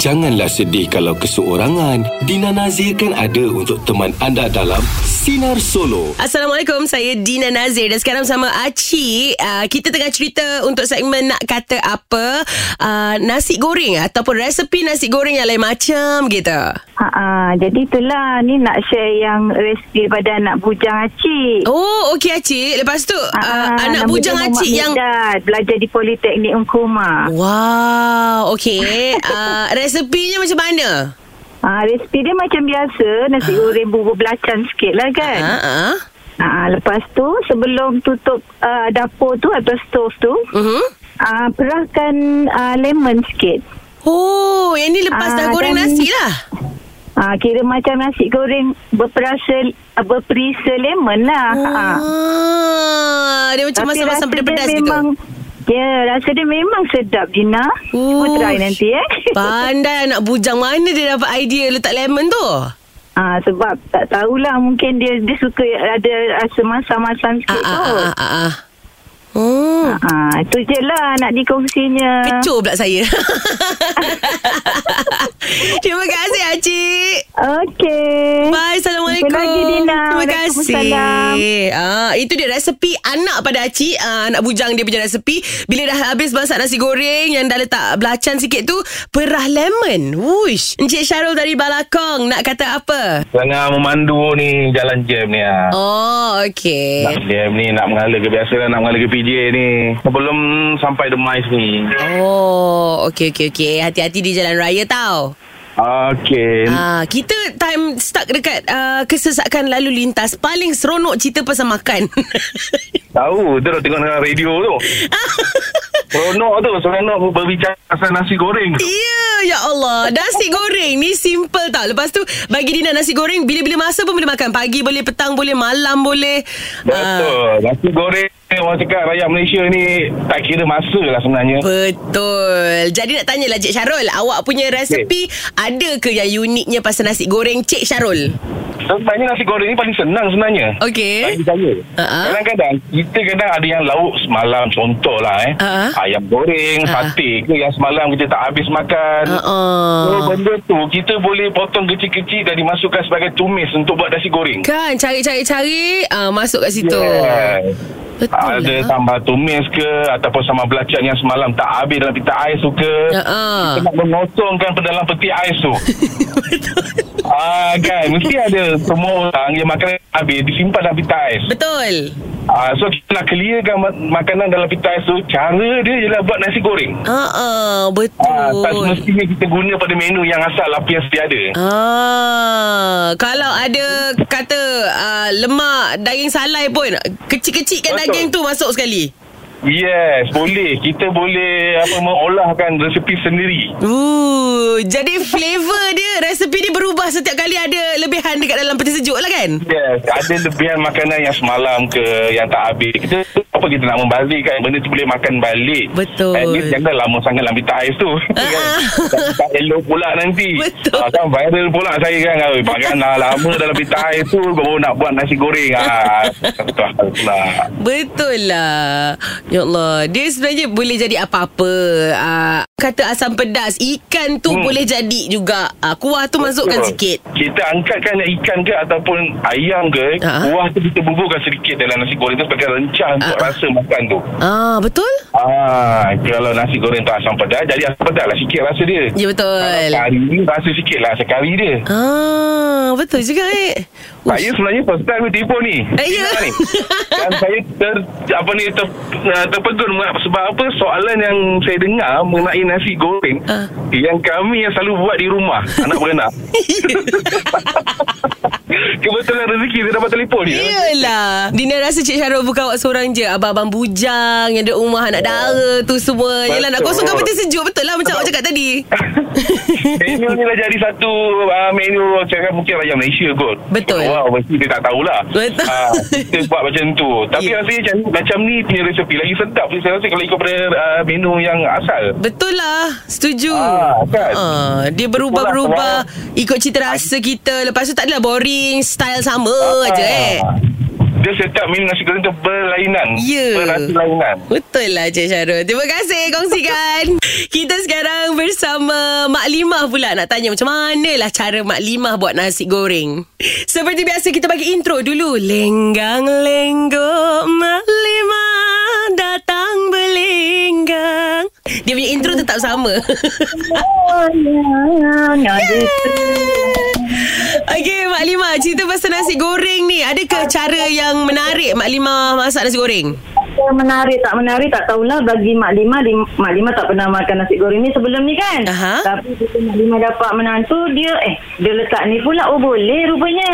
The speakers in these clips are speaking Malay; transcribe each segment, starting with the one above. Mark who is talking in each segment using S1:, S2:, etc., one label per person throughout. S1: Janganlah sedih kalau keseorangan. Dina Nazir kan ada untuk teman anda dalam Sinar Solo.
S2: Assalamualaikum, saya Dina Nazir dan sekarang sama Aci. Uh, kita tengah cerita untuk segmen nak kata apa uh, nasi goreng ataupun resepi nasi goreng yang lain macam gitu.
S3: Ha, ha, jadi itulah ni nak share yang resipi pada anak bujang acik. Ha,
S2: Oh, okey Aci. Lepas tu uh,
S3: Ah,
S2: anak bujang Aci yang Oh.
S3: belajar di Politeknik Unkumah.
S2: Wow, okey. Uh, resepinya macam mana?
S3: Ha, resipi dia macam biasa, nasi goreng bubur belacan sikit lah kan.
S2: Ha ah.
S3: Ha, lepas tu sebelum tutup uh, dapur tu atau stove tu,
S2: Mhm.
S3: uh, perahkan uh, lemon sikit.
S2: Oh, yang ni lepas dah
S3: Ah,
S2: goreng
S3: dan-
S2: nasi lah.
S3: Ha, kira macam nasi goreng berperasa uh, berperisa lemon lah. Ha.
S2: Oh. Ah, dia macam
S3: Tapi
S2: masam-masam
S3: rasa dia
S2: pedas-pedas gitu.
S3: memang, Ya, rasa dia memang sedap Dina. Cuba
S2: Ush.
S3: try nanti eh.
S2: Pandai anak bujang Mana dia dapat idea letak lemon tu
S3: Ah sebab tak tahulah mungkin dia dia suka ada rasa masam-masam
S2: Ah
S3: sikit
S2: ah
S3: kot.
S2: ah ah ah. Oh
S3: Ah, itu je lah nak dikongsinya.
S2: Kecoh pula saya Terima kasih Acik
S3: Okey.
S2: Bye Assalamualaikum
S3: Jumpa lagi, Hmm. Dina.
S2: Terima kasih
S3: Waalaikumsalam.
S2: ah, Itu dia resepi anak pada Acik ah, Anak bujang dia punya resepi Bila dah habis masak nasi goreng Yang dah letak belacan sikit tu Perah lemon Wush Encik Syarul dari Balakong Nak kata apa?
S4: Tengah memandu ni jalan jam ni ah.
S2: Oh okay
S4: Nak jam ni nak mengala ke biasa lah, nak mengala ke PJ ni. Sebelum sampai Demais ni.
S2: Oh, okey okey okey. Hati-hati di jalan raya tau.
S4: Okey.
S2: Ah, kita time stuck dekat uh, kesesakan lalu lintas. Paling seronok cerita pasal makan.
S4: Tahu, tu dah tengok dalam radio tu. Seronok tu, seronok berbicara pasal nasi goreng.
S2: Ya, ya Allah. Nasi goreng ni simple tau. Lepas tu bagi Dina nasi goreng bila-bila masa pun boleh makan. Pagi boleh, petang boleh, malam boleh. Ah,
S4: Betul. Nasi goreng orang cakap rakyat Malaysia ni tak kira masa lah sebenarnya.
S2: Betul. Jadi nak tanyalah Cik Syarul, awak punya resepi ada ke yang uniknya pasal nasi goreng Cik Syarul?
S4: Sebenarnya nasi goreng ni paling senang sebenarnya.
S2: Okey. Ah,
S4: Bagi saya.
S2: Ha-ha.
S4: Kadang-kadang kita kadang ada yang lauk semalam contohlah eh.
S2: Ha-ha.
S4: Ayam goreng,
S2: Ha-ha.
S4: sate ke yang semalam kita tak habis makan.
S2: Uh-uh.
S4: So benda tu kita boleh potong kecil-kecil dan dimasukkan sebagai tumis untuk buat nasi goreng.
S2: Kan cari-cari-cari uh, masuk kat situ.
S4: Yes.
S2: Betul
S4: Ada
S2: lah.
S4: sambal tumis ke ataupun sambal belacan yang semalam tak habis dalam pita ais tu ke.
S2: Uh-uh.
S4: Kita nak mengosongkan ke dalam peti ais tu. Ah kan mesti ada semua orang yang makan habis disimpan dalam pita ais.
S2: Betul.
S4: Ah so kita nak clearkan mak- makanan dalam pita ais tu cara dia ialah buat nasi goreng.
S2: Uh-uh,
S4: Ah, tak
S2: betul.
S4: semestinya kita guna pada menu yang asal lah, apa yang sedia ada.
S2: Ah, kalau ada kata uh, lemak daging salai pun kecil-kecilkan
S4: Betul.
S2: daging tu masuk sekali.
S4: Yes, boleh. Kita boleh apa mengolahkan resepi sendiri.
S2: Ooh, Uh, jadi flavor dia, resepi dia berubah setiap kali ada lebihan dekat dalam peti sejuk lah kan?
S4: Yes, ada lebihan makanan yang semalam ke yang tak habis. Kita apa kita nak membazirkan benda tu boleh makan balik.
S2: Betul.
S4: At least jangan lama sangat dalam pita ais tu. Kan? tak, tak elok pula nanti.
S2: Betul.
S4: Ah, kan viral pula saya kan. Ah, "Oi, Makan lah lama dalam pita ais tu baru nak buat nasi goreng. Ah, betul lah.
S2: Betul lah Ya Allah Dia sebenarnya boleh jadi apa-apa uh, Kata asam pedas Ikan tu hmm.
S4: Hmm.
S2: boleh jadi juga uh, Kuah tu masukkan
S4: Betul.
S2: sikit
S4: Kita angkatkan ikan ke ataupun ayam ke,
S2: Ha.
S4: kuah tu kita bubuhkan sedikit dalam nasi goreng tu sebagai rencah untuk
S2: Ha.
S4: rasa makan tu.
S2: Ah Betul?
S4: Ah, kalau nasi goreng tu asam pedas, jadi asam pedas lah sikit rasa dia.
S2: Ya betul
S4: Kalau Kari ni rasa sikit lah sekali dia.
S2: Ah Betul juga eh
S4: Saya sebenarnya first time ni tipu ni.
S2: Eh, ya.
S4: Ni. Dan saya ter, apa ni ter, uh, terpegun mengapa- sebab apa soalan yang saya dengar mengenai nasi goreng
S2: Ah.
S4: yang kami yang selalu buat di rumah anak beranak. Kebetulan rezeki saya dapat telefon ni.
S2: Ya. Yelah Dina rasa Cik Syarul bukan awak seorang je Abang-abang bujang Yang ada rumah anak dara tu semua Yelah nak
S4: Oh. Betul.
S2: kosongkan peti sejuk Betul lah macam awak cakap tadi
S4: menu ni lah jadi satu uh, menu cakap mungkin rakyat Malaysia kot.
S2: Betul.
S4: Wah, mesti dia tak tahulah.
S2: Betul.
S4: Ah, kita buat macam tu. Tapi
S2: Ya.
S4: yeah. rasanya macam, macam ni punya resepi lagi sedap. Saya rasa kalau ikut pada uh, menu yang asal.
S2: Betul lah Setuju
S4: Ah, kan?
S2: ah, Dia berubah-berubah Ikut cita rasa kita Lepas tu tak adalah boring Style sama ah,
S4: Ah.
S2: je eh
S4: dia setiap minum nasi goreng tu berlainan.
S2: Ya.
S4: Berasa lainan.
S2: Betul lah Cik Syarul. Terima kasih kongsikan. Kita sekarang bersama Mak Limah pula nak tanya macam manalah cara Mak Limah buat nasi goreng. Seperti biasa kita bagi intro dulu. Lenggang lenggo Mak Limah datang berlenggang. Dia punya intro tetap sama.
S3: Oh, ya,
S2: Okey Mak Limah cerita pasal nasi goreng ni. Adakah cara yang menarik Mak Limah masak nasi goreng?
S3: Menarik tak menarik tak tahulah bagi Mak Lima di, Mak Lima tak pernah makan nasi goreng ni sebelum ni kan
S2: Aha.
S3: Tapi bila Mak Lima dapat menantu dia eh dia letak ni pula oh boleh rupanya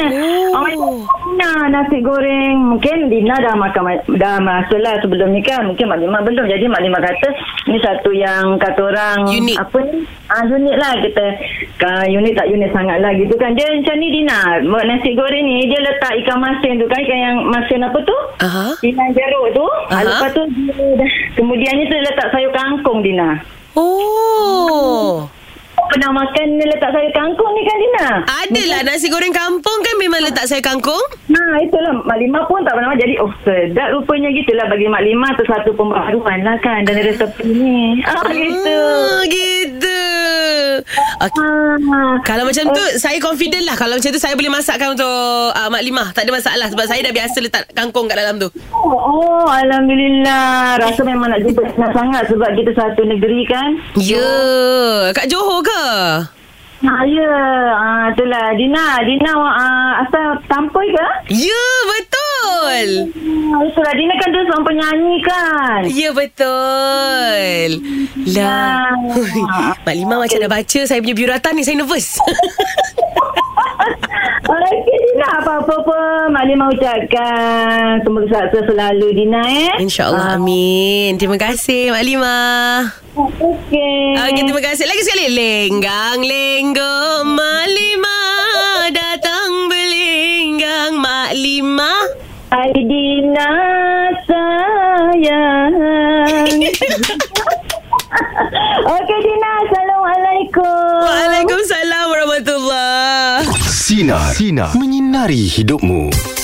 S2: Oh.
S3: oh. Nah nasi goreng mungkin Dina dah makan ma- dah masuk lah sebelum ni kan mungkin Mak Lima belum jadi Mak Lima kata ni satu yang kata orang
S2: Unik.
S3: apa ni ah, unik lah kita Ka, unik tak unik sangat lah gitu kan dia macam ni Dina buat nasi goreng ni dia letak ikan masin tu kan ikan yang masin apa tu
S2: Aha.
S3: Dina jeruk tu
S2: Aha.
S3: uh Lepas tu dia dah, Kemudiannya tu dia letak sayur kangkung Dina
S2: Oh.
S3: Kau Pernah makan dia letak sayur kangkung ni kan Dina
S2: Adalah nasi goreng kampung kan memang letak sayur kangkung.
S3: Nah itulah Mak Lima pun tak pernah makan. Jadi oh sedap rupanya gitulah Bagi Mak Lima tu satu pembaharuan lah kan Dari resepi ni Ah gitu
S2: Ah, gitu. Okay.
S3: Ah.
S2: Kalau macam tu Saya confident lah Kalau macam tu Saya boleh masakkan untuk uh, Mak Limah Tak ada masalah Sebab saya dah biasa letak kangkung kat dalam tu
S3: Oh, oh Alhamdulillah Rasa memang nak jumpa senang sangat Sebab kita satu negeri kan
S2: Ya yeah. Kat Johor ke?
S3: Ha ya ah, Itulah Dina Dina ah, asal tampoi ke?
S2: Ya yeah, betul
S3: Ah, Itulah Dina kan dia seorang penyanyi kan
S2: Ya yeah, betul Lah
S3: Ah.
S2: Mak Limah macam dah baca Saya punya biuratan ni Saya nervous
S3: Ah, Okey Dina apa-apa pun Mak Limah ucapkan Semoga sukses selalu Dina eh
S2: InsyaAllah amin Terima kasih Mak Limah
S3: Ah, Okey
S2: Okey, terima kasih. Lagi sekali. Lenggang, lenggo, mak lima. Datang berlenggang, mak lima.
S3: Hai Dina sayang Okey Dina Assalamualaikum
S2: Waalaikumsalam warahmatullahi
S1: Sinar. Sinar. Menyinari hidupmu.